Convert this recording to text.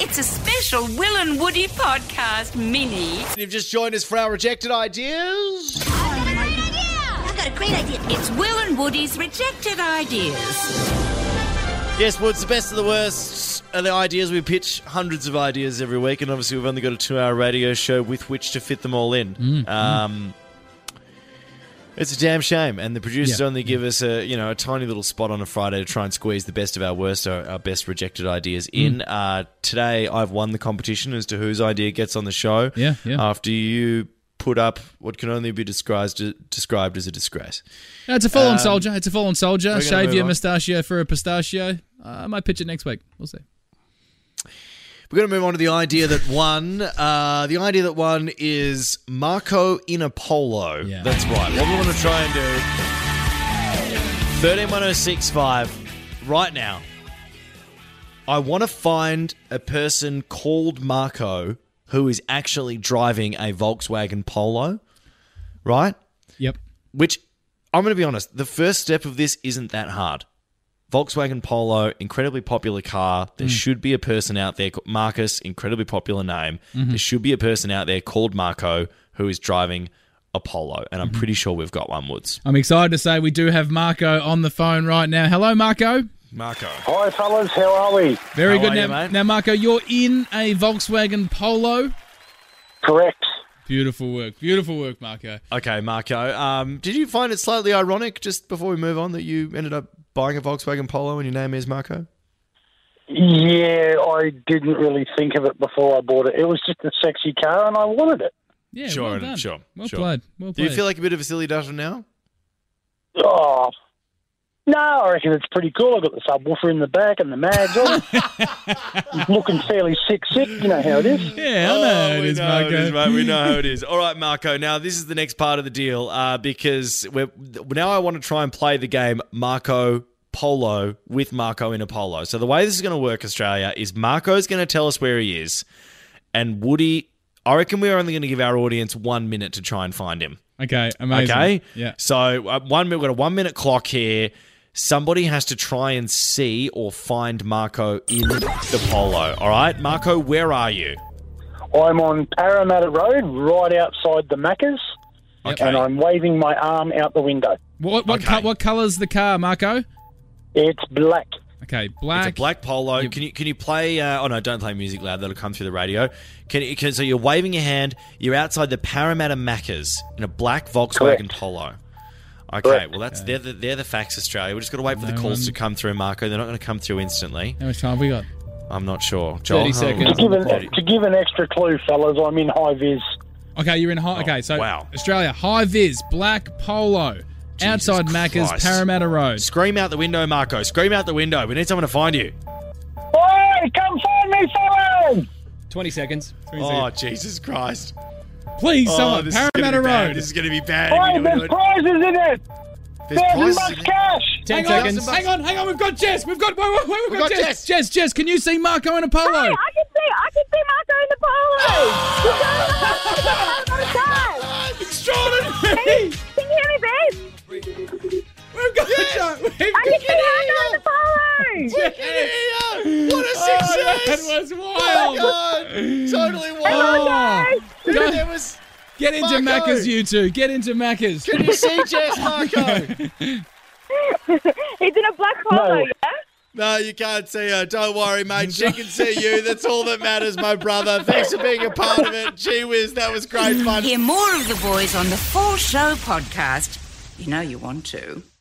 It's a special Will and Woody podcast mini. You've just joined us for our rejected ideas. I've got a great idea. It's Will and Woody's rejected ideas. Yes, well, it's the best of the worst of the ideas. We pitch hundreds of ideas every week, and obviously, we've only got a two hour radio show with which to fit them all in. Mm, Um, It's a damn shame, and the producers Yeah. only give us a you know a tiny little spot on a Friday to try and squeeze the best of our worst, our, our best rejected ideas Mm. in. Uh, today, I've won the competition as to whose idea gets on the show. Yeah, yeah. After you put up what can only be described described as a disgrace. No, it's a full-on soldier. It's a full-on soldier. Um, gonna Shave move your on. mustachio for a pistachio. Uh, I might pitch it next week. We'll see. We're going to move on to the idea that won. Uh, the idea that won is Marco in a polo. Yeah. That's right. What we want to try and do. 131065, right now. I want to find a person called Marco who is actually driving a Volkswagen Polo, right? Yep. Which, I'm going to be honest, the first step of this isn't that hard. Volkswagen Polo, incredibly popular car. There should be a person out there, called Marcus, incredibly popular name. There should be a person out there called Marco who is driving a Polo, and I'm pretty sure we've got one, Woods. I'm excited to say we do have Marco on the phone right now. Hello, Marco. Marco. Hi, fellas, how are we? Very How good. are now, you, mate? now, Marco, you're in a Volkswagen Polo. Correct. Beautiful work. Beautiful work, Marco. Okay, Marco. Um, did you find it slightly ironic, just before we move on, that you ended up buying a Volkswagen Polo and your name is Marco? Yeah, I didn't really think of it before I bought it. It was just a sexy car and I wanted it. Yeah, Sure, well done. sure, Well sure. played. Well Do played. you feel like a bit of a silly duffer now? Oh, no, I reckon it's pretty cool. I got the subwoofer in the back and the mags on. Looking fairly sick, sick. You know how it is. yeah, I know Oh, it we is, know how Marco. it is, mate. We know how it is. All right, Marco. Now this is the next part of the deal uh, because we're, now I want to try and play the game Marco Polo with Marco in a polo. So the way this is going to work, Australia, is Marco's going to tell us where he is, and Woody. I reckon we're only going to give our audience one minute to try and find him. Okay, amazing. Okay. Yeah. So uh, one minute. We've got a one minute clock here. Somebody has to try and see or find Marco in the polo. All right, Marco, where are you? I'm on Parramatta Road, right outside the Macca's, Okay. and I'm waving my arm out the window. What what, Okay. co- what color's the car, Marco? It's black. Okay, It's black. a black polo. Can you can you play? Uh, oh no, don't play music loud. That'll come through the radio. Can, you- can so you're waving your hand. You're outside the Parramatta Maccas in a black Volkswagen Correct. Polo. Okay, Correct. well that's they're the, they're the facts, Australia. We're just going to wait for the No calls one- to come through, Marco. They're not going to come through instantly. How much time have we got? I'm not sure. Joel, 30 how- seconds. To give, an, Thirty- to give an extra clue, fellas, I'm in high vis. Okay, you're in high. okay, so Oh, wow. Australia, high vis, black polo, outside Macca's, Christ. Parramatta Road. Scream out the window, Marco. Scream out the window. We need someone to find you. Hey, come find me, fellas! 20 seconds. Oh Jesus Christ! Please, Oh, someone, this is gonna be Parramatta bad. Road. This is going to be bad. if Hey, we don't there's do it. prizes in it! There's There's prizes. much cash! 10 Hang on, seconds. hang on, hang on. We've got Jess. We've got wait, wait, wait, we've got got, Jess. Jess. Jess, Jess, can you see Marco in a polo? Hey, I can see, I can see Marco in the polo. Extraordinary. Can you hear me, babe? we've got We've I can see Marco in the polo. What a Oh, that success! was Oh wild. my god! Totally wild! Oh. Dude, Go- there was. get into Marco. Macca's, you two. Get into Macca's. Can you see Jess Marco? He's in a black polo, No. yeah? no, you can't see her. Don't worry, mate. She can see you. That's all that matters, my brother. Thanks for being a part of it. Gee whiz, that was great fun. Hear more of the boys on the Full Show podcast. You know you want to.